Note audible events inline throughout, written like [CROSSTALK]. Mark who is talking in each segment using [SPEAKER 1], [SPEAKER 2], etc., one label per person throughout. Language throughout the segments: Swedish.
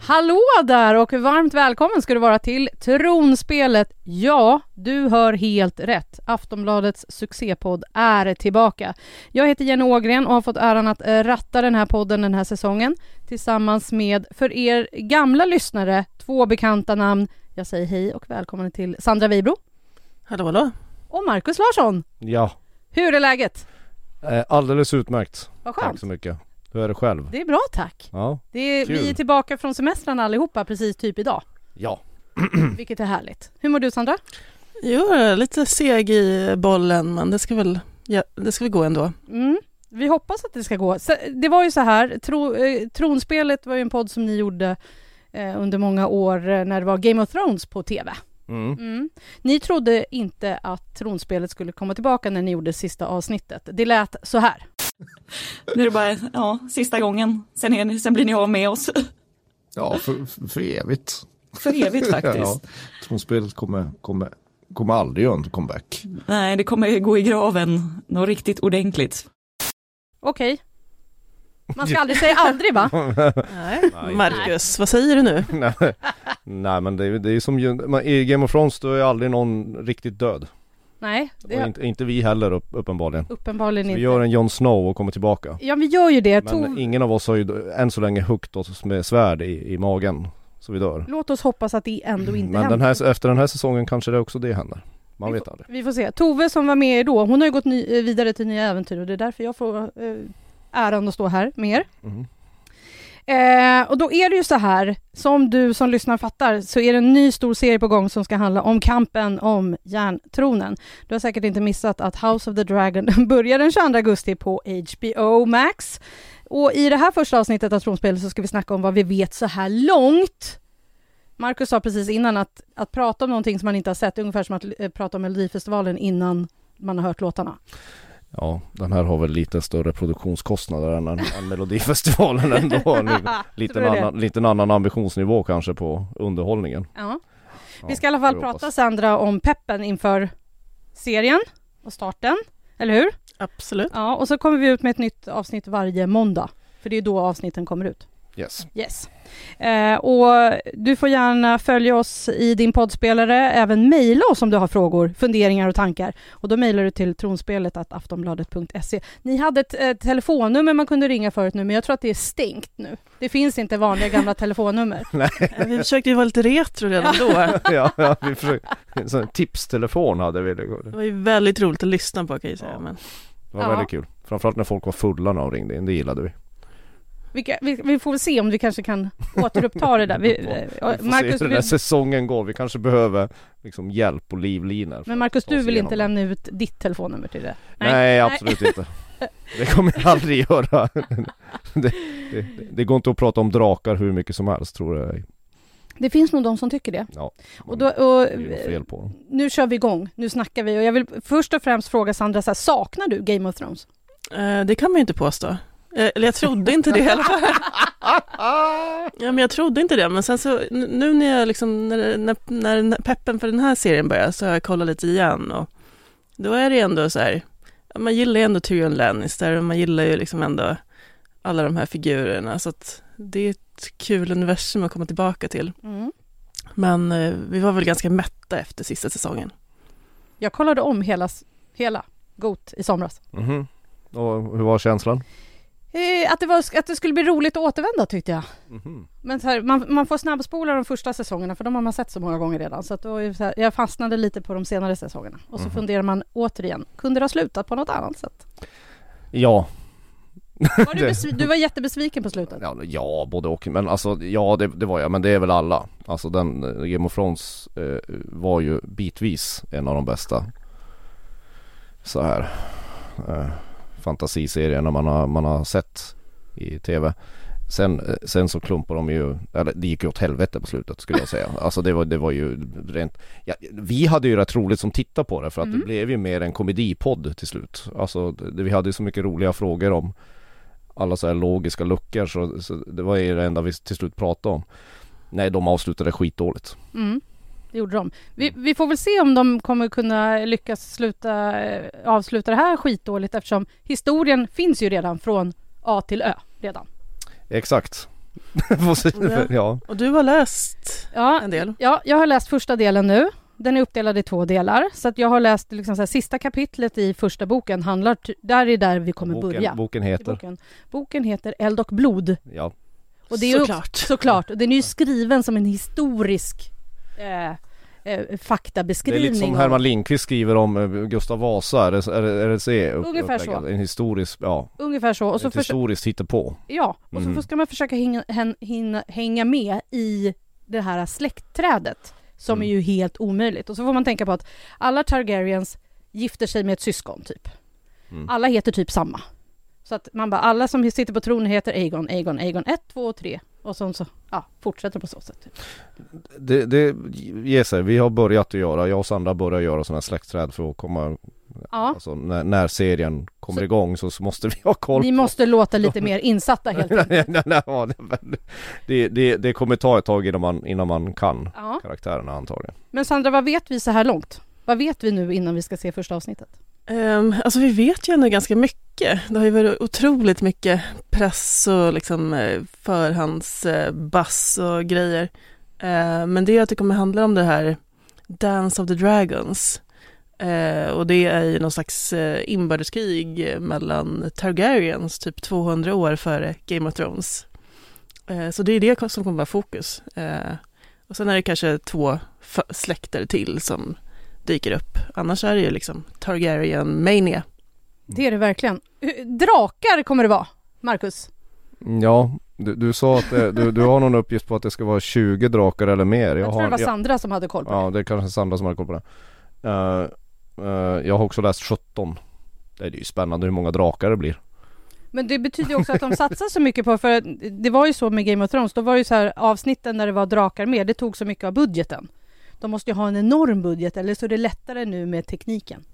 [SPEAKER 1] Hallå där och varmt välkommen ska du vara till Tronspelet. Ja, du hör helt rätt. Aftonbladets succépodd är tillbaka. Jag heter Jenny Ågren och har fått äran att eh, ratta den här podden den här säsongen tillsammans med, för er gamla lyssnare, två bekanta namn. Jag säger hej och välkommen till Sandra Vibro
[SPEAKER 2] Hallå, hallå.
[SPEAKER 1] och Markus Larsson.
[SPEAKER 3] Ja,
[SPEAKER 1] Hur är läget?
[SPEAKER 3] eh, alldeles utmärkt.
[SPEAKER 1] Vad
[SPEAKER 3] Tack
[SPEAKER 1] skönt.
[SPEAKER 3] så mycket. Hur är det själv?
[SPEAKER 1] Det är bra tack.
[SPEAKER 3] Ja.
[SPEAKER 1] Det är,
[SPEAKER 3] Kul.
[SPEAKER 1] vi är tillbaka från semestrarna allihopa precis typ idag,
[SPEAKER 3] Ja. Mm.
[SPEAKER 1] vilket är härligt. Hur mår du Sandra?
[SPEAKER 2] Jo, jag är lite seg i bollen, men det ska väl, ja, det ska väl gå ändå.
[SPEAKER 1] Mm. Vi hoppas att det ska gå. Så- Det var ju så här, tro, eh, Tronspelet var ju en podd som ni gjorde eh, under många år eh, när det var Game of Thrones på TV.
[SPEAKER 3] Mm.
[SPEAKER 1] Mm. Ni trodde inte att Tronspelet skulle komma tillbaka när ni gjorde sista avsnittet. Det lät så här.
[SPEAKER 4] Nu är det bara, ja, sista gången. Sen, är ni, sen blir ni av med oss.
[SPEAKER 5] Ja, för, för- för evigt.
[SPEAKER 4] För evigt
[SPEAKER 5] [LAUGHS]
[SPEAKER 4] faktiskt.
[SPEAKER 5] Ja, tronspelet kommer, kommer, kommer aldrig göra en comeback.
[SPEAKER 4] Nej, det kommer gå i graven. Något riktigt ordentligt.
[SPEAKER 1] Okej. Man ska aldrig säga aldrig
[SPEAKER 3] [LAUGHS]
[SPEAKER 1] va?
[SPEAKER 2] Nej.
[SPEAKER 3] Nej.
[SPEAKER 2] Marcus, vad säger du nu?
[SPEAKER 3] Nej. Nej men det är, det är som ju- man- i Game of Thrones då är aldrig någon riktigt död.
[SPEAKER 1] Nej, det
[SPEAKER 3] Och inte, inte vi heller upp, uppenbarligen.
[SPEAKER 1] uppenbarligen
[SPEAKER 3] Vi
[SPEAKER 1] inte.
[SPEAKER 3] gör en Jon Snow och kommer tillbaka.
[SPEAKER 1] Ja, vi gör ju det.
[SPEAKER 3] Men
[SPEAKER 1] Tov-
[SPEAKER 3] ingen av oss har ju d- än så länge huggt oss med svärd i, i magen. Så vi dör.
[SPEAKER 1] Låt oss hoppas att det ändå inte
[SPEAKER 3] Mm, Men
[SPEAKER 1] händer.
[SPEAKER 3] den här, efter den här säsongen kanske det också det händer. Man vet aldrig.
[SPEAKER 1] Vi får se. Tove som var med er då, hon har ju gått ny, eh, vidare till nya äventyr och det är därför jag får eh, äran att stå här med er.
[SPEAKER 3] Mm.
[SPEAKER 1] Eh, och då är det ju så här, som du som lyssnar fattar, så är det en ny stor serie på gång som ska handla om kampen om järntronen. Du har säkert inte missat att House of the Dragon [LAUGHS] börjar den 22 augusti på HBO Max. Och i det här första avsnittet av Tronspelet så ska vi snacka om vad vi vet så här långt. Marcus sa precis innan att, att prata om någonting som man inte har sett, är ungefär som att eh, prata om Melodifestivalen innan man har hört låtarna.
[SPEAKER 3] Ja, den här har väl lite större produktionskostnader än, än, än Melodifestivalen [LAUGHS] ändå. Nu,
[SPEAKER 1] Tror [LAUGHS]
[SPEAKER 3] liten,
[SPEAKER 1] du det?
[SPEAKER 3] annan, liten annan ambitionsnivå kanske på underhållningen.
[SPEAKER 1] Ja.
[SPEAKER 3] Ja,
[SPEAKER 1] Vi ska i alla fall
[SPEAKER 3] får vi
[SPEAKER 1] prata
[SPEAKER 3] hoppas.
[SPEAKER 1] Sandra om peppen inför serien och starten, eller hur?
[SPEAKER 2] Absolut.
[SPEAKER 1] Ja, och så kommer vi ut med ett nytt avsnitt varje måndag, för det är då avsnitten kommer ut.
[SPEAKER 3] Yes. [LAUGHS]
[SPEAKER 1] Yes. Eh, och du får gärna följa oss i din poddspelare, även mejla oss om du har frågor, funderingar och tankar. Och då mejlar du till tronspelet att aftonbladet.se. Ni hade ett eh, telefonnummer man kunde ringa förut nu, men jag tror att det är stängt nu. Det finns inte vanliga gamla telefonnummer.
[SPEAKER 2] Vi försökte ju vara lite retro redan då.
[SPEAKER 3] [LAUGHS] ja, ja, vi försöker. En sån här tipstelefon hade vi. Det
[SPEAKER 2] Det var ju väldigt roligt att lyssna på kan jag ju säga.
[SPEAKER 3] Ja.
[SPEAKER 2] Men.
[SPEAKER 3] var
[SPEAKER 1] Ja.
[SPEAKER 3] väldigt kul. Framförallt när folk var fulla när de ringde in, det gillade vi.
[SPEAKER 1] Vi, kan- vi, vi får väl se om vi kanske kan återuppta
[SPEAKER 3] [LAUGHS]
[SPEAKER 1] det där. Vi, eh,
[SPEAKER 3] Vi får
[SPEAKER 1] Marcus,
[SPEAKER 3] se hur den här
[SPEAKER 1] du,
[SPEAKER 3] säsongen går. Vi kanske behöver liksom hjälp och livlinor. för
[SPEAKER 1] men
[SPEAKER 3] att
[SPEAKER 1] Marcus,
[SPEAKER 3] ta oss
[SPEAKER 1] du vill
[SPEAKER 3] igenom
[SPEAKER 1] inte
[SPEAKER 3] det.
[SPEAKER 1] lämna ut ditt telefonnummer till det?
[SPEAKER 3] Nej, absolut inte. Det kommer jag aldrig göra. [LAUGHS] Det, det, det går inte att prata om drakar hur mycket som helst tror jag.
[SPEAKER 1] Det finns nog de som tycker det.
[SPEAKER 3] Ja,
[SPEAKER 1] Och då,
[SPEAKER 3] det är ju något
[SPEAKER 1] och,
[SPEAKER 3] fel på dem.
[SPEAKER 1] nu kör vi igång, nu snackar vi och jag vill först och främst fråga Sandra, så här, saknar du Game of Thrones?
[SPEAKER 2] Eh, Det kan man ju inte påstå. Eh, Eller jag trodde inte det i alla fall. Ja, men jag trodde inte det, men sen så n- nu när, jag liksom, när, när, när den här peppen för den här serien börjar så har jag kollat lite igen och då är det ändå så här, ja, man gillar ju ändå Tyrion Lannister och man gillar ju liksom ändå alla de här figurerna så att det är ett kul universum att komma tillbaka till. Men eh, vi var väl ganska mätta efter sista säsongen.
[SPEAKER 1] Jag kollade om hela, hela GOT i somras.
[SPEAKER 3] Mhm. Och hur var känslan?
[SPEAKER 1] Eh, att, det var, att det skulle bli roligt att återvända tyckte jag.
[SPEAKER 3] Mhm.
[SPEAKER 1] Men så här, man, man får snabbspola de första säsongerna för de har man sett så många gånger redan. Så, att då, är det så här, jag fastnade lite på de senare säsongerna. Och så
[SPEAKER 3] Mhm.
[SPEAKER 1] funderar man återigen, kunde det ha slutat på något annat sätt?
[SPEAKER 3] Ja,
[SPEAKER 1] Var du,
[SPEAKER 3] [LAUGHS] Det-
[SPEAKER 1] besvi- du var jättebesviken på slutet?
[SPEAKER 3] ja, ja, både och. Men alltså, ja det, det var jag. Men det är väl alla. Alltså den, eh, Game of Thrones eh, var ju bitvis en av de bästa så här eh, fantasiserierna man har, man har sett i tv. Sen, eh, sen så klumpar de ju, eller det gick ju åt helvete på slutet skulle jag säga. Alltså det var, det var ju rent, ja, vi hade ju rätt roligt som tittade på det för att
[SPEAKER 6] Mm.
[SPEAKER 3] det blev ju mer en komedipodd till slut. Alltså det, vi hade ju så mycket roliga frågor om alla så här logiska luckor så, så det var ju det enda vi till slut pratade om. Nej, de avslutade skitdåligt.
[SPEAKER 1] Mm. Det gjorde de. Vi, vi får väl se om de kommer kunna lyckas sluta, eh, avsluta det här skitdåligt eftersom historien finns ju redan från A till Ö. Redan.
[SPEAKER 3] Exakt. [LAUGHS] Får se.
[SPEAKER 2] Ja.
[SPEAKER 3] [LAUGHS] ja.
[SPEAKER 2] Och du har läst
[SPEAKER 1] Ja,
[SPEAKER 2] en del.
[SPEAKER 1] Ja, jag har läst första delen nu. Den är uppdelad i två delar. Så att jag har läst liksom så här, sista kapitlet i första boken. Handlar, ty- där är där vi kommer
[SPEAKER 3] boken,
[SPEAKER 1] börja.
[SPEAKER 3] boken heter,
[SPEAKER 1] Boken. boken heter Eld och blod.
[SPEAKER 3] ja.
[SPEAKER 1] Och det är ju-
[SPEAKER 2] Såklart.
[SPEAKER 1] Såklart. Och den är ju skriven som en historisk eh, eh,
[SPEAKER 3] Det är
[SPEAKER 1] faktabeskrivning.
[SPEAKER 3] lite som
[SPEAKER 1] av-
[SPEAKER 3] Herman Lindqvist skriver om eh, Gustav Vasa, är det, är det, är det se upp-
[SPEAKER 1] Ungefär
[SPEAKER 3] upplägget?
[SPEAKER 1] så.
[SPEAKER 3] En historisk, ja,
[SPEAKER 1] Ungefär så. Och så
[SPEAKER 3] ett
[SPEAKER 1] förs-
[SPEAKER 3] historiskt hittepå.
[SPEAKER 1] Ja, och så
[SPEAKER 3] Mm.
[SPEAKER 1] ska man försöka hinga, hän- hinna, hänga med i det här släktträdet som
[SPEAKER 3] Mm.
[SPEAKER 1] är ju helt omöjligt. Och så får man tänka på att alla Targaryens gifter sig med ett syskon typ.
[SPEAKER 3] Mm.
[SPEAKER 1] Alla heter typ samma. Så att man bara, alla som sitter på tronen heter Aegon, Aegon, Aegon 1, 2 och 3. Och sen så, ja, fortsätter på så sätt. Typ.
[SPEAKER 3] Det, det ger sig, vi har börjat att göra, jag och Sandra börjar göra sådana här släktträd för att komma,
[SPEAKER 1] Ja,
[SPEAKER 3] alltså när, när serien kommer
[SPEAKER 1] Så-
[SPEAKER 3] igång så, så måste vi ha koll
[SPEAKER 1] ni
[SPEAKER 3] [LAUGHS]
[SPEAKER 1] måste låta lite mer insatta helt enkelt.
[SPEAKER 3] Nej, nej, nej, ja, det- men det, det, det kommer ta ett tag innan man, innan man kan
[SPEAKER 1] Ja.
[SPEAKER 3] karaktärerna antagligen.
[SPEAKER 1] Men Sandra, vad vet vi så här långt? Vad vet vi nu innan vi ska se första avsnittet?
[SPEAKER 3] Mm.
[SPEAKER 2] Ehm, alltså vi vet ju ändå ganska mycket. Det har ju varit otroligt mycket press och liksom eh, förhandsbass och grejer. Eh, men det är att det kommer handla om det här Dance of the Dragons. Eh, och det är ju någon slags eh, inbördeskrig mellan Targaryens, typ 200 år före Game of Thrones. Eh, så det är det som kommer vara fokus. Eh, och sen är det kanske två f- släkter till som dyker upp. Annars är det ju liksom Targaryen Mania.
[SPEAKER 1] Det är det verkligen. Eh, Drakar kommer det vara, Marcus.
[SPEAKER 3] Mm, Ja, du, du sa att det, du, du har någon uppgift på att det ska vara 20 drakar eller mer.
[SPEAKER 1] Jag, tror
[SPEAKER 3] har,
[SPEAKER 1] det var
[SPEAKER 3] jag-
[SPEAKER 1] Sandra som hade koll på
[SPEAKER 3] Ja, det är kanske Sandra som har koll på det. Eh, eh, jag har också läst 17. Det är ju spännande hur många drakar det blir.
[SPEAKER 1] Men det betyder ju också att de satsar så mycket på, för att det var ju så med Game of Thrones, då var det ju så här avsnitten när det var drakar med, det tog så mycket av budgeten. De måste ju ha en enorm budget, eller så är det lättare nu med tekniken.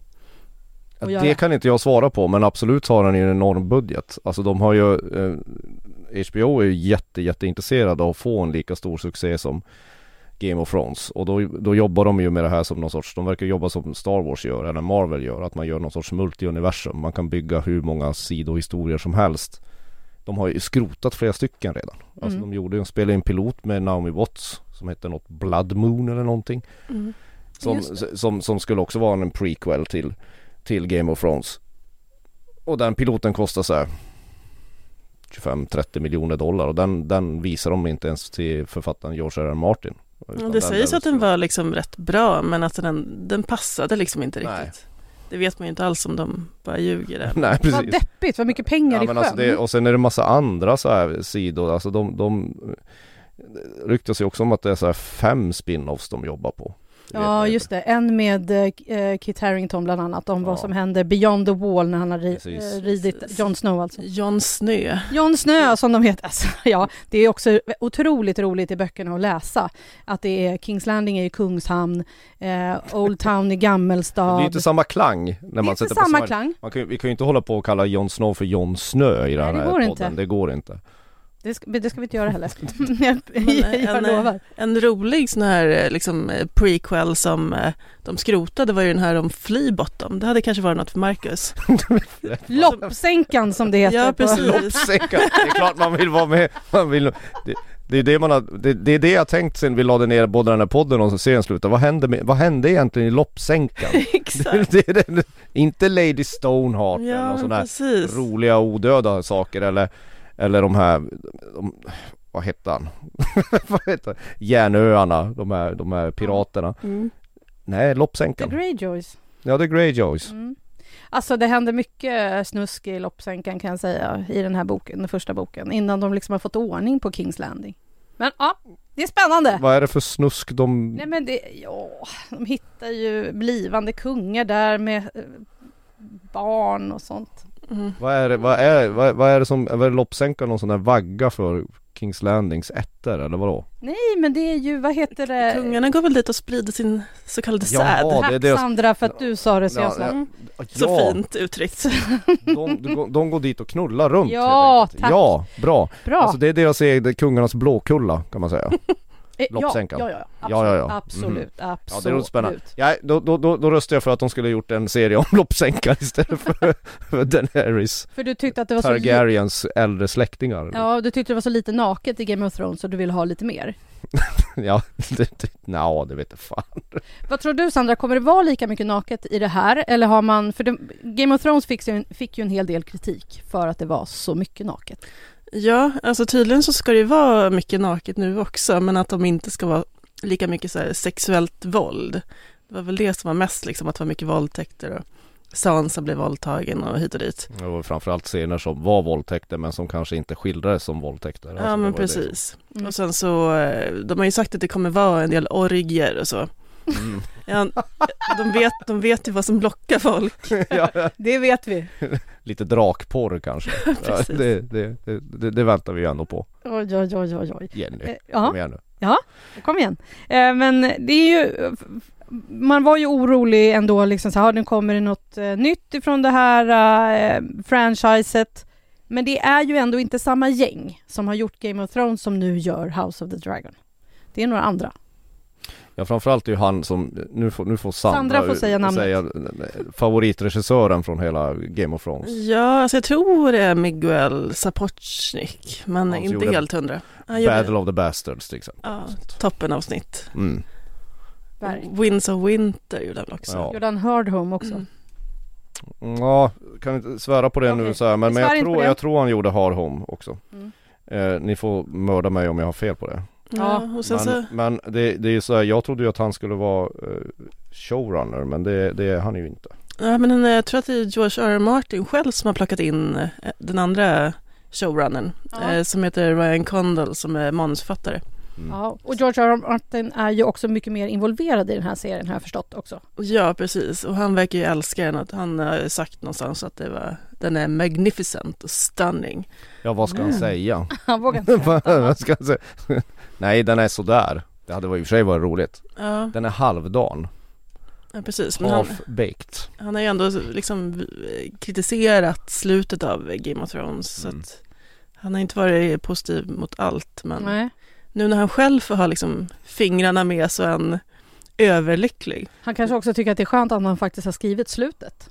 [SPEAKER 1] Och göra.
[SPEAKER 3] Det kan inte jag svara på men absolut har den ju en enorm budget. Alltså de har ju eh, HBO är ju jätte jätteintresserade av att få en lika stor succé som Game of Thrones och då, då jobbar de ju med det här som någon sorts, de verkar jobba som Star Wars gör eller Marvel gör, att man gör någon sorts multiuniversum. Man kan bygga hur många sidohistorier som helst. De har ju skrotat flera stycken redan. Alltså
[SPEAKER 1] Mm.
[SPEAKER 3] de gjorde, de spelade en pilot med Naomi Watts som hette något Blood Moon eller någonting.
[SPEAKER 2] Mm.
[SPEAKER 3] Som,
[SPEAKER 1] Just
[SPEAKER 3] som, som skulle också vara en prequel till, till Game of Thrones. Och den piloten kostar så här 25-30 miljoner dollar och den, den visar de inte ens till författaren George R. R. Martin.
[SPEAKER 2] Ja,
[SPEAKER 3] Utan
[SPEAKER 2] det sägs
[SPEAKER 3] blev
[SPEAKER 2] att den
[SPEAKER 3] skriven-
[SPEAKER 2] var liksom rätt bra men att den, den passade liksom inte
[SPEAKER 3] Nej.
[SPEAKER 2] riktigt. Det vet man ju inte alls om de bara ljuger där.
[SPEAKER 3] [LAUGHS] Nej
[SPEAKER 1] Vad
[SPEAKER 3] precis.
[SPEAKER 1] deppigt, vad mycket pengar
[SPEAKER 3] Ja,
[SPEAKER 1] i
[SPEAKER 3] men
[SPEAKER 1] sjön.
[SPEAKER 3] alltså det, och sen är det massa andra så här sidor, alltså de, de det ryktas ju också om att det är så här fem spin-offs de jobbar på. Det vet man
[SPEAKER 1] ja
[SPEAKER 3] ju
[SPEAKER 1] just det, en med eh, Kit Harington bland annat, om vad
[SPEAKER 3] Ja.
[SPEAKER 1] som hände beyond the wall när han har ri,
[SPEAKER 3] Precis.
[SPEAKER 1] eh, ridit
[SPEAKER 2] Precis.
[SPEAKER 1] Jon Snow alltså.
[SPEAKER 2] Jon Snö.
[SPEAKER 1] Jon Snö som de heter. Alltså, [LAUGHS] ja, det är också otroligt roligt i böckerna att läsa. Att det är Kings Landing är i Kungshamn, eh, Old Town i
[SPEAKER 3] Men
[SPEAKER 1] Gammelstad.
[SPEAKER 3] Det är inte samma klang när
[SPEAKER 1] Det är
[SPEAKER 3] man
[SPEAKER 1] inte
[SPEAKER 3] sätter på
[SPEAKER 1] samma
[SPEAKER 3] samma
[SPEAKER 1] klang.
[SPEAKER 3] Man kan, ju- vi kan ju inte hålla på och kalla Jon Snow för Jon Snö i den
[SPEAKER 1] Nej, det
[SPEAKER 3] här
[SPEAKER 1] går
[SPEAKER 3] podden,
[SPEAKER 1] inte.
[SPEAKER 3] det går inte.
[SPEAKER 1] Det ska, det ska vi inte göra
[SPEAKER 3] [LAUGHS]
[SPEAKER 1] heller. [LAUGHS]
[SPEAKER 2] Men,
[SPEAKER 1] jag
[SPEAKER 2] eh,
[SPEAKER 1] jag
[SPEAKER 2] en, eh,
[SPEAKER 1] lovar.
[SPEAKER 2] En rolig sån här eh, liksom, eh, prequel som eh, de skrotade var ju den här om Fleabottom. Det hade kanske varit något för
[SPEAKER 3] [LAUGHS]
[SPEAKER 2] Marcus.
[SPEAKER 1] Loppsänkan som det heter.
[SPEAKER 2] Ja,
[SPEAKER 1] på-
[SPEAKER 2] precis.
[SPEAKER 3] Loppsäckar, det är klart man vill vara med. Man vill, det, det, är det, man har, det, det är det jag tänkt sen vi lade ner både den här podden och serien slutade. Vad hände, med, vad hände egentligen i loppsänkan? [LAUGHS]
[SPEAKER 2] Exakt.
[SPEAKER 3] det, är det, inte Lady Stoneheart eller
[SPEAKER 2] Ja,
[SPEAKER 3] någon
[SPEAKER 2] men
[SPEAKER 3] sån här
[SPEAKER 2] precis.
[SPEAKER 3] roliga odöda saker eller, eller de här, de, vad hette han? [LAUGHS] vad hette han? Järnöarna, de här, de här piraterna.
[SPEAKER 2] Mm.
[SPEAKER 3] Nej,
[SPEAKER 1] The
[SPEAKER 3] loppsänkan.
[SPEAKER 1] Greyjoys.
[SPEAKER 3] Ja, det är Greyjoys.
[SPEAKER 1] Mm. Alltså det händer mycket snusk i loppsänkan kan jag säga i den här boken, den första boken, innan de liksom har fått ordning på Kings Landing. Men ja, det är spännande.
[SPEAKER 3] Vad är det för snusk de...
[SPEAKER 1] Nej men det, ja, de hittar ju blivande kungar där med eh, barn och sånt.
[SPEAKER 2] Mm.
[SPEAKER 3] Vad är det, vad är, vad, vad är det som, är det loppsänkan någon sån där vagga för Kings Landings ettor eller vadå?
[SPEAKER 1] Nej, men det är ju, vad heter det?
[SPEAKER 2] Kungarna går väl dit och sprider sin så kallade säd.
[SPEAKER 3] Jaha. Ja, det är
[SPEAKER 1] Tack
[SPEAKER 3] deras-
[SPEAKER 1] Sandra för att du sa det så jag sa.
[SPEAKER 2] Mm.
[SPEAKER 3] Ja,
[SPEAKER 2] Så fint uttryckt.
[SPEAKER 3] De, de, går- de går dit och knullar runt
[SPEAKER 1] Ja,
[SPEAKER 3] helt enkelt.
[SPEAKER 1] tack.
[SPEAKER 3] Ja, bra.
[SPEAKER 1] Bra.
[SPEAKER 3] Alltså det är deras eget, kungarnas blåkulla kan man säga.
[SPEAKER 1] Eh,
[SPEAKER 3] loppsänkan.
[SPEAKER 1] Ja, ja, ja. Absolut,
[SPEAKER 3] Ja, ja, ja. Mhm.
[SPEAKER 1] absolut.
[SPEAKER 3] Ja
[SPEAKER 1] absolut.
[SPEAKER 3] det låter spännande. Ja, då, då, då, då röstar jag för att de skulle ha gjort en serie om [LAUGHS] loppsänkan istället för, för Daenerys,
[SPEAKER 1] För du tyckte att det var så... li-
[SPEAKER 3] Targaryens äldre släktingar.
[SPEAKER 1] Ja, du tyckte det var så lite naket i Game of Thrones så du ville ha lite mer.
[SPEAKER 3] [LAUGHS] ja det, det, nja, det vet jag fan.
[SPEAKER 1] Vad tror du Sandra, kommer det vara lika mycket naket i det här? Eller har man, för det, Game of Thrones fick ju, en, fick ju en hel del kritik för att det var så mycket naket.
[SPEAKER 2] Ja, alltså tydligen så ska det ju vara mycket naket nu också, men att de inte ska vara lika mycket så här sexuellt våld. Det var väl det som var mest, liksom, att det var mycket våldtäkter och Sansa blev våldtagen och hit och dit.
[SPEAKER 3] Det var framförallt scener som var våldtäkter men som kanske inte skildrades som våldtäkter. Alltså,
[SPEAKER 2] ja,
[SPEAKER 3] det var
[SPEAKER 2] men
[SPEAKER 3] ju det.
[SPEAKER 2] precis.
[SPEAKER 1] Mm.
[SPEAKER 2] Och sen så, eh, de har ju sagt att det kommer vara en del orgier och så.
[SPEAKER 3] Mm. [LAUGHS]
[SPEAKER 2] Ja, de, vet, de vet ju vad som lockar folk. [LAUGHS]
[SPEAKER 3] ja,
[SPEAKER 1] Det vet vi.
[SPEAKER 3] lite drakporr kanske.
[SPEAKER 1] [LAUGHS]
[SPEAKER 3] Ja,
[SPEAKER 2] Precis.
[SPEAKER 3] det, det, det, det väntar vi ju ändå på.
[SPEAKER 1] Oj, oj, oj, oj, oj.
[SPEAKER 3] Jenny,
[SPEAKER 1] Eh, Ja,
[SPEAKER 3] kom igen nu.
[SPEAKER 1] kom igen. Eh, Men det är ju, man var ju orolig ändå liksom så här, "Ah, nu kommer det något eh, nytt ifrån det här eh, franchiset. Men det är ju ändå inte samma gäng som har gjort Game of Thrones som nu gör House of the Dragon. Det är några andra.
[SPEAKER 3] Ja framförallt är ju han som, nu får, nu får Sandra, eh,
[SPEAKER 1] Sandra får säga namnet.
[SPEAKER 3] favoritregissören från hela Game of Thrones.
[SPEAKER 2] Ja, alltså jag tror det är Miguel Sapochnik, men
[SPEAKER 3] Han som
[SPEAKER 2] inte
[SPEAKER 3] gjorde
[SPEAKER 2] helt hundra. Han gjorde-
[SPEAKER 3] Battle of the Bastards till exempel.
[SPEAKER 2] Ja, toppenavsnitt.
[SPEAKER 3] Mm.
[SPEAKER 1] Verk.
[SPEAKER 2] Winds of Winter gjorde han också.
[SPEAKER 3] Ja.
[SPEAKER 1] Jordan Hardhome också.
[SPEAKER 2] Mm.
[SPEAKER 3] Ja, kan inte svära på det nu
[SPEAKER 1] Okej.
[SPEAKER 3] så här, men,
[SPEAKER 1] Vi
[SPEAKER 3] men
[SPEAKER 1] svär
[SPEAKER 3] jag,
[SPEAKER 1] inte på
[SPEAKER 3] tror,
[SPEAKER 1] det.
[SPEAKER 3] jag tror han gjorde Har Home också.
[SPEAKER 1] Mm.
[SPEAKER 3] Eh, ni får mörda mig om jag har fel på det.
[SPEAKER 2] Ja, och sen
[SPEAKER 3] men
[SPEAKER 2] så,
[SPEAKER 3] men det, det är så här, jag trodde ju att han skulle vara eh, showrunner men det, det är han ju inte.
[SPEAKER 2] ja, men eh, jag tror att det är George R. R. Martin själv som har plockat in eh, den andra showrunnern
[SPEAKER 1] Ja.
[SPEAKER 2] eh, som heter Ryan Condal som är manusförfattare.
[SPEAKER 3] Mm.
[SPEAKER 1] Ja, och George R. R. Martin är ju också mycket mer involverad i den här serien har jag förstått också. [LAUGHS]
[SPEAKER 2] Ja, precis. Och han verkar ju älska den. Att han har sagt någonstans att det var, den är magnificent och stunning.
[SPEAKER 3] Ja vad ska han
[SPEAKER 2] Mm.
[SPEAKER 1] [LAUGHS]
[SPEAKER 3] säga? [LAUGHS]
[SPEAKER 1] Han vågar inte säga något
[SPEAKER 3] vad
[SPEAKER 1] annat.
[SPEAKER 3] ska han säga? [LAUGHS] Nej den är sådär. Det hade varit- i och för sig varit roligt.
[SPEAKER 2] Ja,
[SPEAKER 3] Den är halvdan.
[SPEAKER 2] ja precis. Men han,
[SPEAKER 3] Half-baked.
[SPEAKER 2] han har ju ändå liksom eh, kritiserat slutet av Game of Thrones.
[SPEAKER 3] Mm. [LAUGHS]
[SPEAKER 2] Så att han har inte varit positiv mot allt. Men
[SPEAKER 1] Nej.
[SPEAKER 2] nu när han själv får ha liksom fingrarna med så är han överlycklig.
[SPEAKER 1] Han kanske också tycker att det är skönt att han faktiskt har skrivit slutet.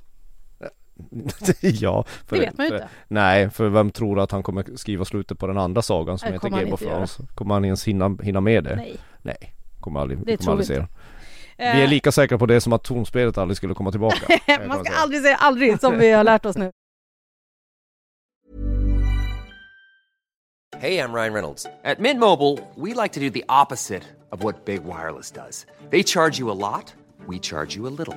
[SPEAKER 3] ja.
[SPEAKER 1] Det vet man ju inte.
[SPEAKER 3] Nej, för vem tror att han kommer skriva slutet på den andra sagan som
[SPEAKER 1] Nej,
[SPEAKER 3] heter
[SPEAKER 1] kommer han
[SPEAKER 3] Game of
[SPEAKER 1] inte göra.
[SPEAKER 3] Thrones? Kommer han ens hinna, hinna med det?
[SPEAKER 1] Nej.
[SPEAKER 3] Nej, kommer aldrig,
[SPEAKER 1] Det
[SPEAKER 3] kommer aldrig
[SPEAKER 1] tror
[SPEAKER 3] se
[SPEAKER 1] vi Eh.
[SPEAKER 3] det. Vi är lika säkra på det som att tronspelet aldrig skulle
[SPEAKER 1] [LAUGHS]
[SPEAKER 3] komma tillbaka. kan jag
[SPEAKER 1] man ska
[SPEAKER 3] säga.
[SPEAKER 1] aldrig säga aldrig som vi har lärt oss nu.
[SPEAKER 6] Hey, I'm Ryan Reynolds. At Mint Mobile, we like to do the opposite of what Big Wireless does. They charge you a lot, we charge you a little.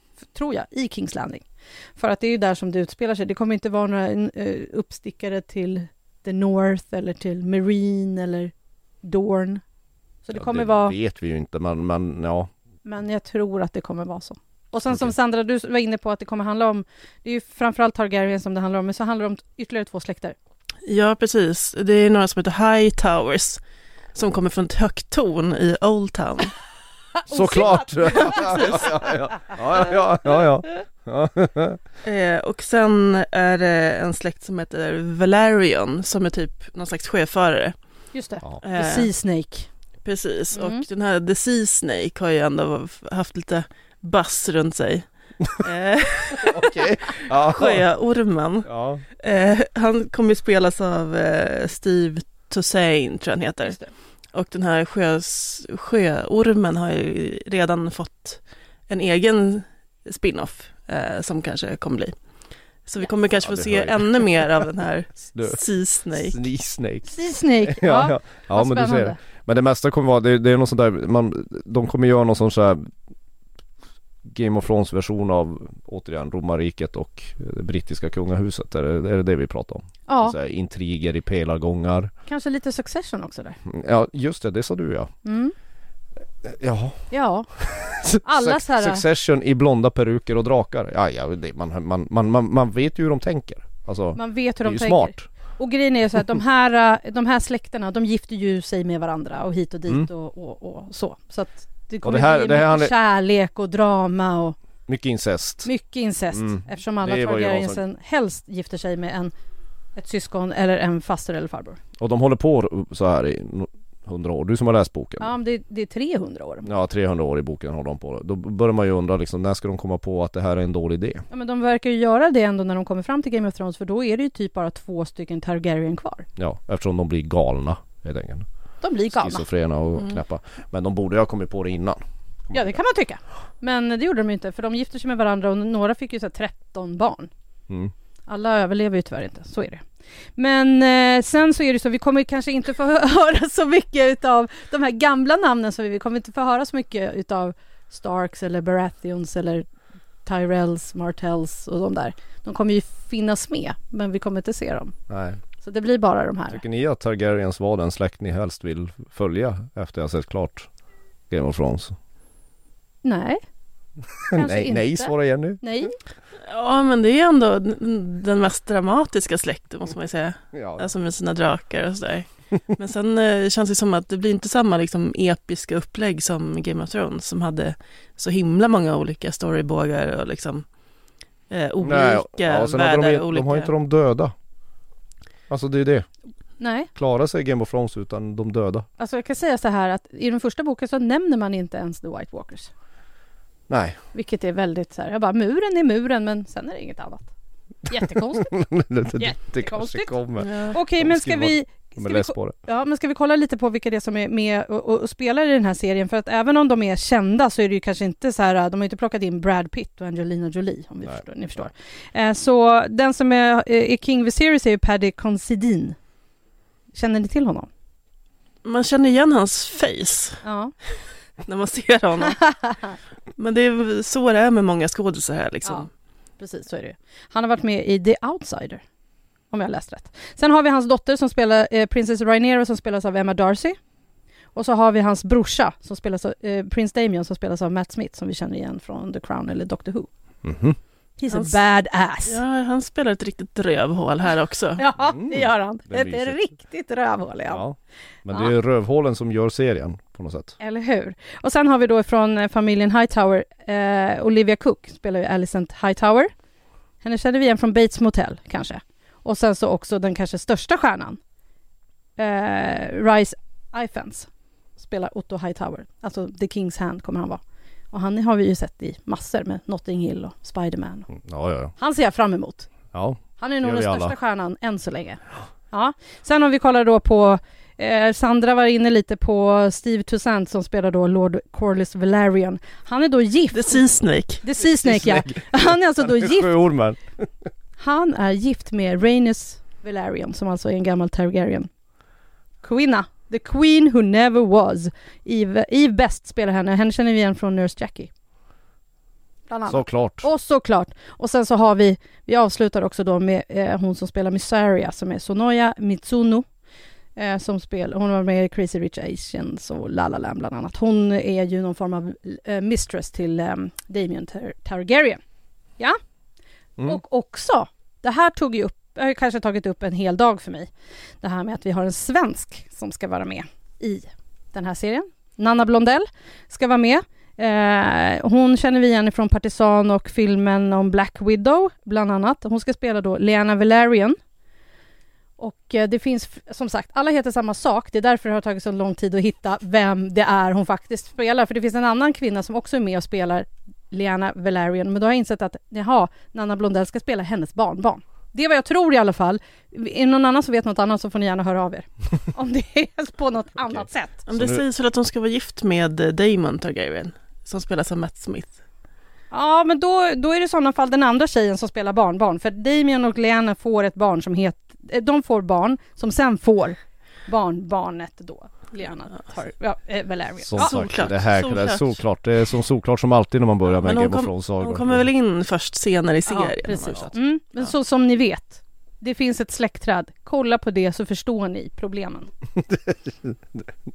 [SPEAKER 1] f- tror jag, i Kings Landing. För att det är ju där som det utspelar sig. Det kommer inte vara några eh, uppstickare till The North eller till Marine eller Dorn. Så det
[SPEAKER 3] Ja,
[SPEAKER 1] kommer vara...
[SPEAKER 3] vet vi ju inte men, men ja.
[SPEAKER 1] Men jag tror att det kommer vara så. Och sen som
[SPEAKER 3] Okej.
[SPEAKER 1] Sandra, du var inne på att det kommer handla om, det är ju framförallt Targaryen som det handlar om, men så handlar det om ytterligare två släkter.
[SPEAKER 2] Ja, precis. Det är några som heter High Towers som kommer från ett högt torn i Old Town.
[SPEAKER 1] [LAUGHS]
[SPEAKER 3] Såklart! ja, ja, ja, ja, ja, ja, ja.
[SPEAKER 2] [LAUGHS] Eh, och sen är det en släkt som heter Valerion som är typ någon slags sjöfarare.
[SPEAKER 1] Just [LAUGHS] det.
[SPEAKER 3] ja.
[SPEAKER 1] The
[SPEAKER 2] Eh,
[SPEAKER 1] Sea Snake.
[SPEAKER 2] precis,
[SPEAKER 1] Mm.
[SPEAKER 2] och den här The Sea Snake har ju ändå haft lite bass runt [LAUGHS] sig. Eh,
[SPEAKER 3] Okej. Ja.
[SPEAKER 2] [LAUGHS] Sjöormen.
[SPEAKER 3] Ja.
[SPEAKER 2] Eh, han kommer ju spelas av eh, Steve Toussaint tror jag han heter.
[SPEAKER 1] Just det.
[SPEAKER 2] Och den här sjös, sjöormen har ju redan fått en egen spin-off eh, som kanske kommer bli. Så vi kommer kanske
[SPEAKER 3] Ja,
[SPEAKER 2] få
[SPEAKER 3] det
[SPEAKER 2] se
[SPEAKER 3] hör jag.
[SPEAKER 2] ännu mer av
[SPEAKER 3] [LAUGHS]
[SPEAKER 2] den här
[SPEAKER 3] Du.
[SPEAKER 2] Sea Snake.
[SPEAKER 3] Snee snake.
[SPEAKER 1] Sea Snake, ja.
[SPEAKER 3] [LAUGHS] ja, ja. ja
[SPEAKER 1] vad
[SPEAKER 3] men du ser.
[SPEAKER 1] spännande.
[SPEAKER 3] det. Men det mesta kommer vara, det, det är något sånt där, man, de kommer göra någon sån så här Game of Thrones version av återigen romarriket och det brittiska kungahuset. Är det är det, det vi pratar om?
[SPEAKER 1] Ja,
[SPEAKER 3] Så här, intriger i pelargångar.
[SPEAKER 1] kanske lite Succession också där.
[SPEAKER 3] Ja just det, det sa du ja.
[SPEAKER 1] Mm.
[SPEAKER 3] Ja.
[SPEAKER 1] Ja, Alla
[SPEAKER 3] Suc-
[SPEAKER 1] så här-
[SPEAKER 3] Succession i blonda peruker och drakar. Ja, ja det, man, man, man, man, man vet ju hur de tänker. Alltså,
[SPEAKER 1] man vet hur
[SPEAKER 3] det är
[SPEAKER 1] de
[SPEAKER 3] ju
[SPEAKER 1] tänker.
[SPEAKER 3] smart.
[SPEAKER 1] Och grejen är ju så att de här, eh, de här släkterna, de gifter ju sig med varandra och hit och dit
[SPEAKER 3] Mm.
[SPEAKER 1] och, och, och så. Så att det kommer
[SPEAKER 3] det här-
[SPEAKER 1] bli
[SPEAKER 3] det här
[SPEAKER 1] mycket
[SPEAKER 3] handlar-
[SPEAKER 1] kärlek och drama och
[SPEAKER 3] Mycket incest.
[SPEAKER 1] mycket incest.
[SPEAKER 3] Mm.
[SPEAKER 1] Eftersom alla
[SPEAKER 3] Det var ju
[SPEAKER 1] Targaryens
[SPEAKER 3] vad som-
[SPEAKER 1] sen helst gifter sig med en, ett syskon eller en faster eller farbror.
[SPEAKER 3] Och de håller på så här i hundra år. Du som har läst boken.
[SPEAKER 1] Ja, men det, det är 300 år.
[SPEAKER 3] Ja, 300 år i boken har de på. Då börjar man ju undra liksom, när ska de komma på att det här är en dålig idé?
[SPEAKER 1] Ja, men de verkar ju göra det ändå när de kommer fram till Game of Thrones för då är det ju typ bara två stycken Targaryen kvar.
[SPEAKER 3] Ja, eftersom de blir galna helt enkelt.
[SPEAKER 1] De blir galna.
[SPEAKER 3] Schizofrena och
[SPEAKER 2] Mm.
[SPEAKER 3] knäppa. Men de borde ju ha kommit på det innan.
[SPEAKER 1] Ja, det kan man tycka. Men det gjorde de ju inte för de gifter sig med varandra och några fick ju så här 13 barn.
[SPEAKER 3] Mm.
[SPEAKER 1] Alla överlever ju tyvärr inte, så är det. Men eh, sen så är det så, vi kommer kanske inte få [LAUGHS] höra så mycket utav de här gamla namnen, så vi kommer inte få höra så mycket utav Starks eller Baratheons eller Tyrells, Martells och de där. De kommer ju finnas med, men vi kommer inte se dem.
[SPEAKER 3] Nej.
[SPEAKER 1] Så det blir bara de här.
[SPEAKER 3] Tycker ni att Targaryens var den släkt ni helst vill följa efter jag sett klart Game of Thrones?
[SPEAKER 1] Nej, Kanske
[SPEAKER 3] nej, nej
[SPEAKER 1] inte.
[SPEAKER 3] svarar Jenny.
[SPEAKER 1] nej.
[SPEAKER 2] Ja, men det är ändå den mest dramatiska släkten måste man ju säga.
[SPEAKER 3] Ja.
[SPEAKER 2] Alltså med sina drakar och sådär. [LAUGHS] Men sen eh, känns det som att det blir inte samma liksom, episka upplägg som Game of Thrones som hade så himla många olika storybågar och liksom eh, olika
[SPEAKER 3] ja, och sen hade
[SPEAKER 2] världar.
[SPEAKER 3] de, ju-
[SPEAKER 2] olika...
[SPEAKER 3] de har ju inte de döda. Alltså det är det.
[SPEAKER 1] Nej,
[SPEAKER 3] Klara sig Game of Thrones utan de döda.
[SPEAKER 1] alltså jag kan säga så här att i den första boken så nämner man inte ens The White Walkers.
[SPEAKER 3] Nej. [LAUGHS]
[SPEAKER 1] Vilket är väldigt så här, jag bara muren är muren men sen är det inget annat.
[SPEAKER 3] [LAUGHS]
[SPEAKER 1] Jättekonstigt.
[SPEAKER 3] det, det, det kanske
[SPEAKER 1] Jättekonstigt.
[SPEAKER 3] kommer.
[SPEAKER 2] Ja.
[SPEAKER 1] Okej,
[SPEAKER 3] De
[SPEAKER 1] men
[SPEAKER 3] skulle
[SPEAKER 1] ska
[SPEAKER 3] vara-
[SPEAKER 1] vi...
[SPEAKER 3] De
[SPEAKER 1] Ska
[SPEAKER 3] är
[SPEAKER 1] vi,
[SPEAKER 3] less på det.
[SPEAKER 1] ja, men ska vi kolla lite på vilka det är som är med och, och, och spelar i den här serien? För att även om de är kända så är det ju kanske inte så här, de har ju inte plockat in Brad Pitt och Angelina Jolie, om vi
[SPEAKER 3] Nej.
[SPEAKER 1] förstår, ni förstår. Eh, så den som är, eh, är King Viserys är ju Paddy Considine. Känner ni till honom?
[SPEAKER 2] Man känner igen hans face
[SPEAKER 1] [LAUGHS] Ja.
[SPEAKER 2] när man [LAUGHS] ser honom. men det är så det är med många skådisar här liksom.
[SPEAKER 1] Ja, precis så är det ju. Han har varit med i The Outsider, om jag har läst rätt. Sen har vi hans dotter som spelar, eh, Princess Rhaenyra som spelas av Emma Darcy. Och så har vi hans brorsa som spelas av, eh, Prince Damien som spelas av Matt Smith som vi känner igen från The Crown eller Doctor Who.
[SPEAKER 3] Mhm.
[SPEAKER 1] He's
[SPEAKER 2] Hans-
[SPEAKER 1] a badass.
[SPEAKER 2] Ja, han spelar ett riktigt rövhål här också.
[SPEAKER 1] Ja,
[SPEAKER 3] Mm,
[SPEAKER 1] det gör han.
[SPEAKER 3] det är
[SPEAKER 1] Ett
[SPEAKER 3] mysigt.
[SPEAKER 1] riktigt rövhål, ja.
[SPEAKER 3] Ja. Men det är rövhålen som gör serien på något sätt.
[SPEAKER 1] Eller hur? Och sen har vi då från eh, familjen Hightower, eh, Olivia Cook spelar ju Alicent Hightower. Henne känner vi igen från Bates Motel kanske. Och sen så också den kanske största stjärnan, eh, Rice Ifans spelar Otto Hightower. Alltså The King's Hand kommer han vara. Och han har vi ju sett i massor med Notting Hill och Spiderman.
[SPEAKER 3] Mm, Ja, ja, ja.
[SPEAKER 1] Han ser jag fram emot.
[SPEAKER 3] ja.
[SPEAKER 1] Han är nog
[SPEAKER 3] Gör
[SPEAKER 1] den
[SPEAKER 3] vi alla.
[SPEAKER 1] största stjärnan än så länge. Ja. Sen om vi kollar då på, eh, Sandra var inne lite på Steve Toussaint som spelar då Lord Corlys Valerian. Han är då gift.
[SPEAKER 2] The Sea Snake.
[SPEAKER 1] The Sea Snake ja. Han är alltså då gift.
[SPEAKER 3] Sjöormen.
[SPEAKER 1] Han är gift med Rhaenys Valerian som alltså är en gammal Targaryen. Queenna. The Queen Who Never Was. Eve, Eve Best spelar henne. Henne känner vi igen från Nurse Jackie. Bland annat.
[SPEAKER 3] Såklart.
[SPEAKER 1] Och såklart. Och sen så har vi, vi avslutar också då med eh, hon som spelar Missaria som är Sonoya Mitsuno. Eh, som spel, hon var med i Crazy Rich Asians och La La Land bland annat. Hon är ju någon form av eh, mistress till eh, Damien Tar- Targaryen. Ja.
[SPEAKER 3] Mm.
[SPEAKER 1] Och också, det här tog ju upp, det har ju kanske tagit upp en hel dag för mig. Det här med att vi har en svensk som ska vara med i den här serien. Nanna Blondell ska vara med. Eh, hon känner vi igen från Partisan och filmen om Black Widow, bland annat. Hon ska spela då Lena Valerian. Och eh, det finns, f- som sagt, alla heter samma sak. Det är därför det har tagit så lång tid att hitta vem det är hon faktiskt spelar. För det finns en annan kvinna som också är med och spelar Lena Valerian. Men då har jag insett att, jaha, Nanna Blondell ska spela hennes barnbarn. Det är vad jag tror i alla fall. Är det någon annan som vet något annat så får ni gärna höra av er. Om det är på något annat sätt.
[SPEAKER 2] Ja, men det
[SPEAKER 3] Så nu-
[SPEAKER 2] sägs väl att hon ska vara gift med eh, Damon Targaryen som spelas av Matt Smith.
[SPEAKER 1] Ja, men då, då är det i sådana fall den andra tjejen som spelar barnbarn. För Damien och Glenn får ett barn som heter... De får barn som sen får barnbarnet då. Lena tar, ja, eh, Valeria.
[SPEAKER 3] Som
[SPEAKER 1] Ja,
[SPEAKER 2] Solklart,
[SPEAKER 3] sagt, det här solklart.
[SPEAKER 2] solklart.
[SPEAKER 3] är solklart. Det är som solklart som alltid när man börjar med
[SPEAKER 2] Men hon
[SPEAKER 3] Game of
[SPEAKER 2] kom-
[SPEAKER 3] Thrones-sagor.
[SPEAKER 2] Hon kommer väl in först senare i serien.
[SPEAKER 1] Ja, precis.
[SPEAKER 2] Ja.
[SPEAKER 1] Mm, men så som ni vet, det finns ett släktträd. Kolla på det så förstår ni problemen.
[SPEAKER 3] Nu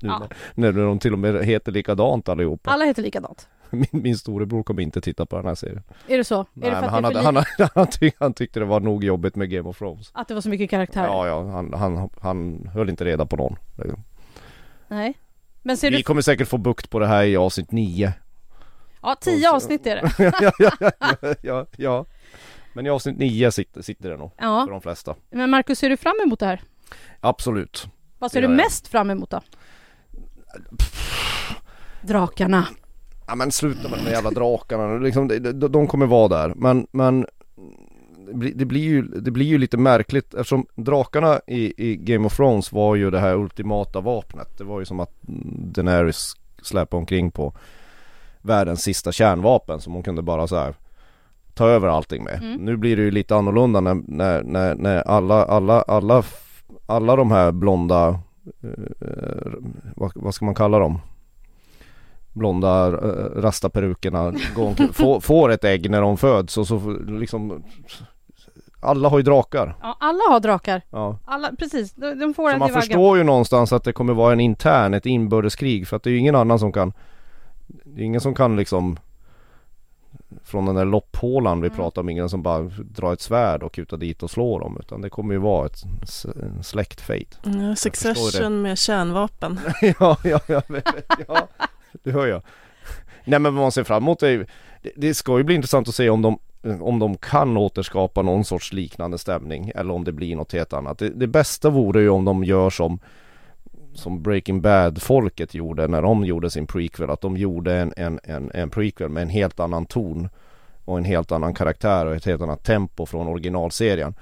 [SPEAKER 1] Ja.
[SPEAKER 3] när, när de till och med heter likadant allihopa.
[SPEAKER 1] Alla heter likadant.
[SPEAKER 3] [LAUGHS] Min, min storebror kommer inte titta på den här serien.
[SPEAKER 1] Är det så? är det för
[SPEAKER 3] men
[SPEAKER 1] att,
[SPEAKER 3] han,
[SPEAKER 1] det är för
[SPEAKER 3] hade, [LAUGHS] han,
[SPEAKER 1] lite-
[SPEAKER 3] han, tyck, han tyckte det var nog jobbigt med Game of Thrones.
[SPEAKER 1] att det var så mycket karaktärer?
[SPEAKER 3] Ja, ja, han, han, han höll inte reda på någon.
[SPEAKER 1] Nej. Men ser
[SPEAKER 3] Vi
[SPEAKER 1] du...
[SPEAKER 3] kommer säkert få bukt på det här i avsnitt nio.
[SPEAKER 1] Ja, tio avsnitt
[SPEAKER 3] [LAUGHS]
[SPEAKER 1] är det.
[SPEAKER 3] ja, ja, ja, ja, ja. Men i avsnitt nio sitter, sitter det nog. För
[SPEAKER 1] Ja.
[SPEAKER 3] de flesta.
[SPEAKER 1] Men Markus, ser du fram emot det här?
[SPEAKER 3] Absolut.
[SPEAKER 1] Vad ser
[SPEAKER 3] Ja,
[SPEAKER 1] du
[SPEAKER 3] ja.
[SPEAKER 1] mest fram emot då? Drakarna.
[SPEAKER 3] Ja men sluta med de där jävla drakarna, liksom, de, de, de kommer vara där. Men, men det blir- det, blir ju, det blir ju lite märkligt eftersom drakarna i, i Game of Thrones var ju det här ultimata vapnet. Det var ju som att Daenerys släpade omkring på världens sista kärnvapen som hon kunde bara så här ta över allting med. Nu blir det ju lite annorlunda när, när, när, när alla, alla, alla, f- alla de här blonda, eh, vad, vad ska man kalla dem? blonda eh, rastaperukerna går omkring- får, får ett ägg när de föds och så får- liksom alla har ju drakar.
[SPEAKER 1] Ja, alla har drakar.
[SPEAKER 3] Ja.
[SPEAKER 1] Alla, precis, de, de får
[SPEAKER 3] Så
[SPEAKER 1] en
[SPEAKER 3] man
[SPEAKER 1] i vaggan.
[SPEAKER 3] förstår ju någonstans att det kommer vara en intern, ett inbördeskrig för att det är ju ingen annan som kan Det är ingen som kan liksom Från den där lopphålan vi pratade om, ingen som bara drar ett svärd och kutar dit och slår dem utan det kommer ju vara ett s- en släktfejt.
[SPEAKER 2] Mm,
[SPEAKER 3] förstår det.
[SPEAKER 2] Succession med kärnvapen.
[SPEAKER 3] [LAUGHS] ja, ja, ja, ja, det hör jag. Nej men vad man ser fram emot är ju, det, det ska ju bli intressant att se om de, om de kan återskapa någon sorts liknande stämning eller om det blir något helt annat. Det, det bästa vore ju om de gör som, som Breaking Bad-folket gjorde när de gjorde sin prequel, att de gjorde en, en, en, en prequel med en helt annan ton och en helt annan karaktär och ett helt annat tempo från originalserien.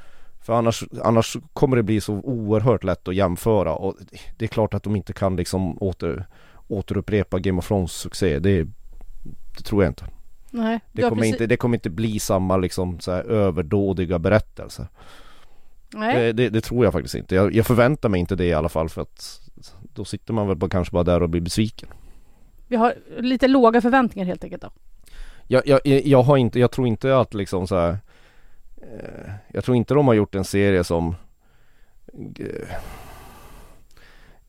[SPEAKER 3] För annars, annars kommer det bli så oerhört lätt att jämföra och det är klart att de inte kan liksom åter, återupprepa Game of Thrones succé. Det, det tror jag inte.
[SPEAKER 1] Nej,
[SPEAKER 3] Det,
[SPEAKER 1] du har
[SPEAKER 3] kommer
[SPEAKER 1] precis-
[SPEAKER 3] inte. det kommer inte bli samma liksom så här överdådiga berättelser.
[SPEAKER 1] Nej.
[SPEAKER 3] Det, det, det tror jag faktiskt inte. Jag, jag förväntar mig inte det i alla fall för att då sitter man väl bara, kanske bara där och blir besviken.
[SPEAKER 1] Vi har lite låga förväntningar helt enkelt då.
[SPEAKER 3] Jag, jag, jag, har inte, jag tror inte att liksom så här, eh, Jag tror inte de har gjort en serie som eh,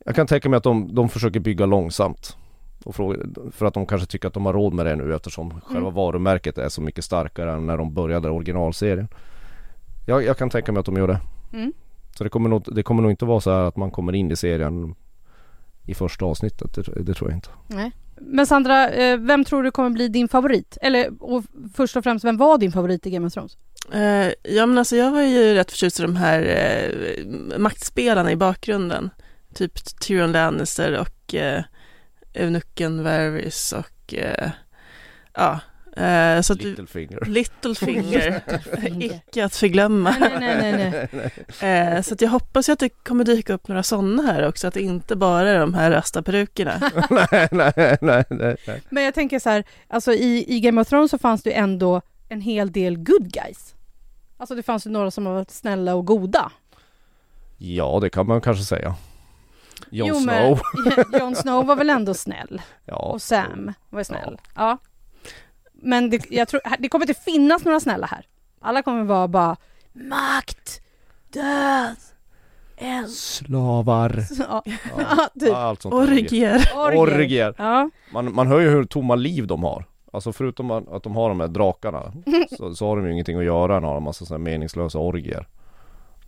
[SPEAKER 3] Jag kan tänka mig att de, de försöker bygga långsamt och fråga, För att de kanske tycker att de har råd med det nu eftersom själva varumärket är så mycket starkare än när de började originalserien Jag, jag kan tänka mig att de gör det
[SPEAKER 1] Mm.
[SPEAKER 3] Så det kommer, nog, det kommer nog inte vara så här att man kommer in i serien i första avsnittet, det, det tror jag inte
[SPEAKER 1] Nej. Men Sandra, eh, vem tror du kommer bli din favorit? Eller och först och främst, vem var din favorit i Game of
[SPEAKER 3] [LAUGHS]
[SPEAKER 1] Thrones?
[SPEAKER 2] Eh, ja, men alltså jag var ju rätt förtjust i de här eh, maktspelarna i bakgrunden. Typ Tyrion Lannister och eh, eunucken Varys och eh, ja. Eh, så att,
[SPEAKER 3] Littlefinger [LAUGHS]
[SPEAKER 2] Littlefinger, [LAUGHS] icke att förglömma.
[SPEAKER 1] Nej, nej, nej, nej, nej.
[SPEAKER 2] Eh, så att jag hoppas ju att det kommer dyka upp några sådana här också, att det inte bara är de här
[SPEAKER 3] [LAUGHS]
[SPEAKER 2] rastaperukerna.
[SPEAKER 3] nej, nej, nej, nej, nej.
[SPEAKER 1] Men jag tänker så här, alltså i, i Game of Thrones så fanns det ju ändå en hel del good guys. Alltså det fanns ju några som har varit snälla och goda.
[SPEAKER 3] Ja, det kan man kanske säga. Jon
[SPEAKER 1] Jo, men-
[SPEAKER 3] Snow.
[SPEAKER 1] [LAUGHS] Jon Snow var väl ändå snäll?
[SPEAKER 3] Ja.
[SPEAKER 1] Och Sam var snäll. Ja. Men det, jag tror, det kommer inte finnas några snälla här. Alla kommer vara bara makt, död, eld.
[SPEAKER 3] Slavar.
[SPEAKER 1] [LAUGHS] Ja,
[SPEAKER 3] Ja.
[SPEAKER 1] typ.
[SPEAKER 3] Allt sånt där.
[SPEAKER 2] Orgier.
[SPEAKER 1] Orger.
[SPEAKER 3] Orgier.
[SPEAKER 1] Ja.
[SPEAKER 3] Man, man hör ju hur tomma liv de har. Alltså förutom att att de har de
[SPEAKER 1] [LAUGHS]
[SPEAKER 3] här drakarna så, så har de ju ingenting att göra. De har en massa sådana här meningslösa orgier.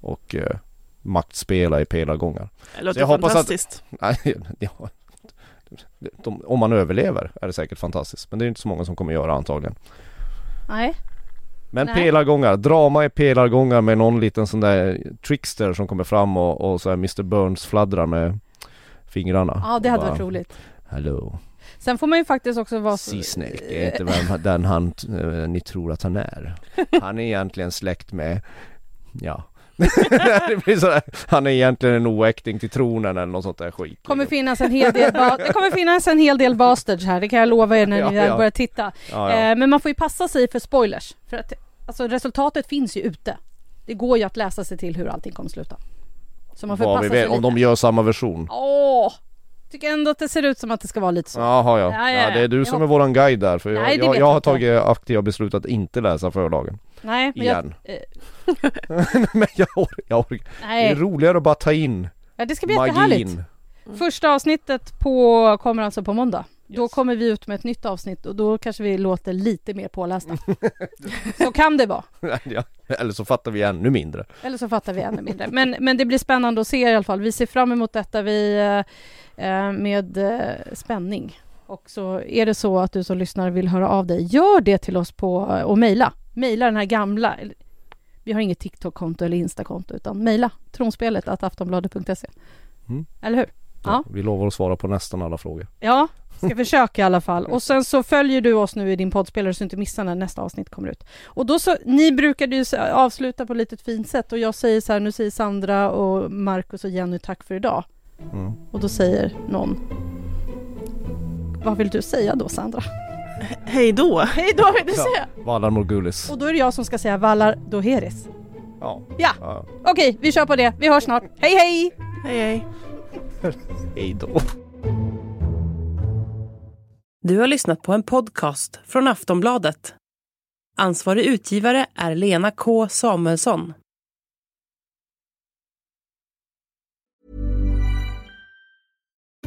[SPEAKER 3] Och eh, maktspela i pelargångar.
[SPEAKER 2] Det låter
[SPEAKER 3] jag hoppas att-
[SPEAKER 2] fantastiskt.
[SPEAKER 3] [LAUGHS] Nej, ja. de, om man överlever är det säkert fantastiskt. Men det är inte så många som kommer göra antagligen.
[SPEAKER 1] Nej.
[SPEAKER 3] Men
[SPEAKER 1] Nej.
[SPEAKER 3] pelargångar, drama i pelargångar med någon liten sån där trickster som kommer fram och, och så här Mr Burns fladdrar med fingrarna.
[SPEAKER 1] Ja, det hade
[SPEAKER 3] Och
[SPEAKER 1] varit
[SPEAKER 3] bara,
[SPEAKER 1] roligt.
[SPEAKER 3] Hallå,
[SPEAKER 1] Sen får man ju faktiskt också vara...
[SPEAKER 3] Sea Snake är inte vem,
[SPEAKER 1] [LAUGHS]
[SPEAKER 3] den han, eh, ni tror att han är. Han är egentligen släkt med, ja, [LAUGHS] det blir sådär, han är egentligen en oäkting till tronen eller något sånt där skit.
[SPEAKER 1] Kommer finnas en hel del ba- det kommer finnas en hel del bastards här, det kan jag lova er när ni
[SPEAKER 3] [LAUGHS] Ja,
[SPEAKER 1] väl
[SPEAKER 3] ja.
[SPEAKER 1] börjar titta.
[SPEAKER 3] ja, ja.
[SPEAKER 1] Eh, men man får ju passa sig för spoilers, för att alltså, resultatet finns ju ute. Det går ju att läsa sig till hur allting kommer sluta. Så man får
[SPEAKER 3] Vad vi
[SPEAKER 1] passa sig
[SPEAKER 3] vet, om
[SPEAKER 1] lite.
[SPEAKER 3] de gör samma version.
[SPEAKER 1] Åh! Tycker ändå att det ser ut som att det ska vara lite så.
[SPEAKER 3] Jaha ja.
[SPEAKER 1] Ja,
[SPEAKER 3] Ja,
[SPEAKER 1] ja, ja.
[SPEAKER 3] det är du
[SPEAKER 1] Jag
[SPEAKER 3] som är våran guide där för jag,
[SPEAKER 1] Nej, det
[SPEAKER 3] jag,
[SPEAKER 1] vet
[SPEAKER 3] jag
[SPEAKER 1] jag
[SPEAKER 3] har
[SPEAKER 1] inte.
[SPEAKER 3] tagit aktiva beslut att inte läsa förlagen.
[SPEAKER 1] Nej, men jag,
[SPEAKER 3] Igen.
[SPEAKER 1] eh,
[SPEAKER 3] eh, [LAUGHS] Men jag orkar, jag orkar. Det är
[SPEAKER 1] nej.
[SPEAKER 3] roligare att bara ta in
[SPEAKER 1] Ja, det ska bli jättehärligt.
[SPEAKER 3] magin. Mm.
[SPEAKER 1] Första avsnittet på, kommer alltså på måndag. Då
[SPEAKER 3] [LAUGHS]
[SPEAKER 1] kommer vi ut med ett nytt avsnitt och då kanske vi låter lite mer
[SPEAKER 3] [LAUGHS]
[SPEAKER 1] pålästa. så kan det vara.
[SPEAKER 3] Ja, Eller så fattar vi ännu mindre.
[SPEAKER 1] Eller så fattar vi ännu mindre. Men, men det blir spännande att se i alla fall. Vi ser fram emot detta vi, eh, med eh, spänning. Och så är det så att du som lyssnar vill höra av dig, gör det till oss på, eh, och mejla. Mejla den här gamla. eller- Vi har inget TikTok-konto eller Insta-konto, utan mejla tronspelet att aftonbladet.se.
[SPEAKER 3] Mm.
[SPEAKER 1] Eller hur? Ja.
[SPEAKER 3] Vi lovar att svara på nästan alla frågor.
[SPEAKER 1] Ja, ska försöka i alla fall. Och sen så följer du oss nu i din poddspelare så du inte missar när nästa avsnitt kommer ut. Och då så, ni brukade ju så- avsluta på lite ett fint sätt och jag säger så här, nu säger Sandra och Markus och Jenny tack för idag.
[SPEAKER 3] Mm.
[SPEAKER 1] Och då säger någon vad vill du säga då Sandra?
[SPEAKER 2] Hej då!
[SPEAKER 1] [LAUGHS] Hej då vill du
[SPEAKER 3] Ja.
[SPEAKER 1] säga!
[SPEAKER 3] Valar Morgulis.
[SPEAKER 1] Och då är det jag som ska säga Vallar Doheris.
[SPEAKER 3] Ja.
[SPEAKER 1] Ja.
[SPEAKER 3] ja.
[SPEAKER 1] Okej, vi kör på det. Vi hörs snart. Hej hej!
[SPEAKER 2] Hej hej!
[SPEAKER 3] Hej då.
[SPEAKER 7] Du har lyssnat på en podcast från Aftonbladet. Ansvarig utgivare är Lena K Samuelsson.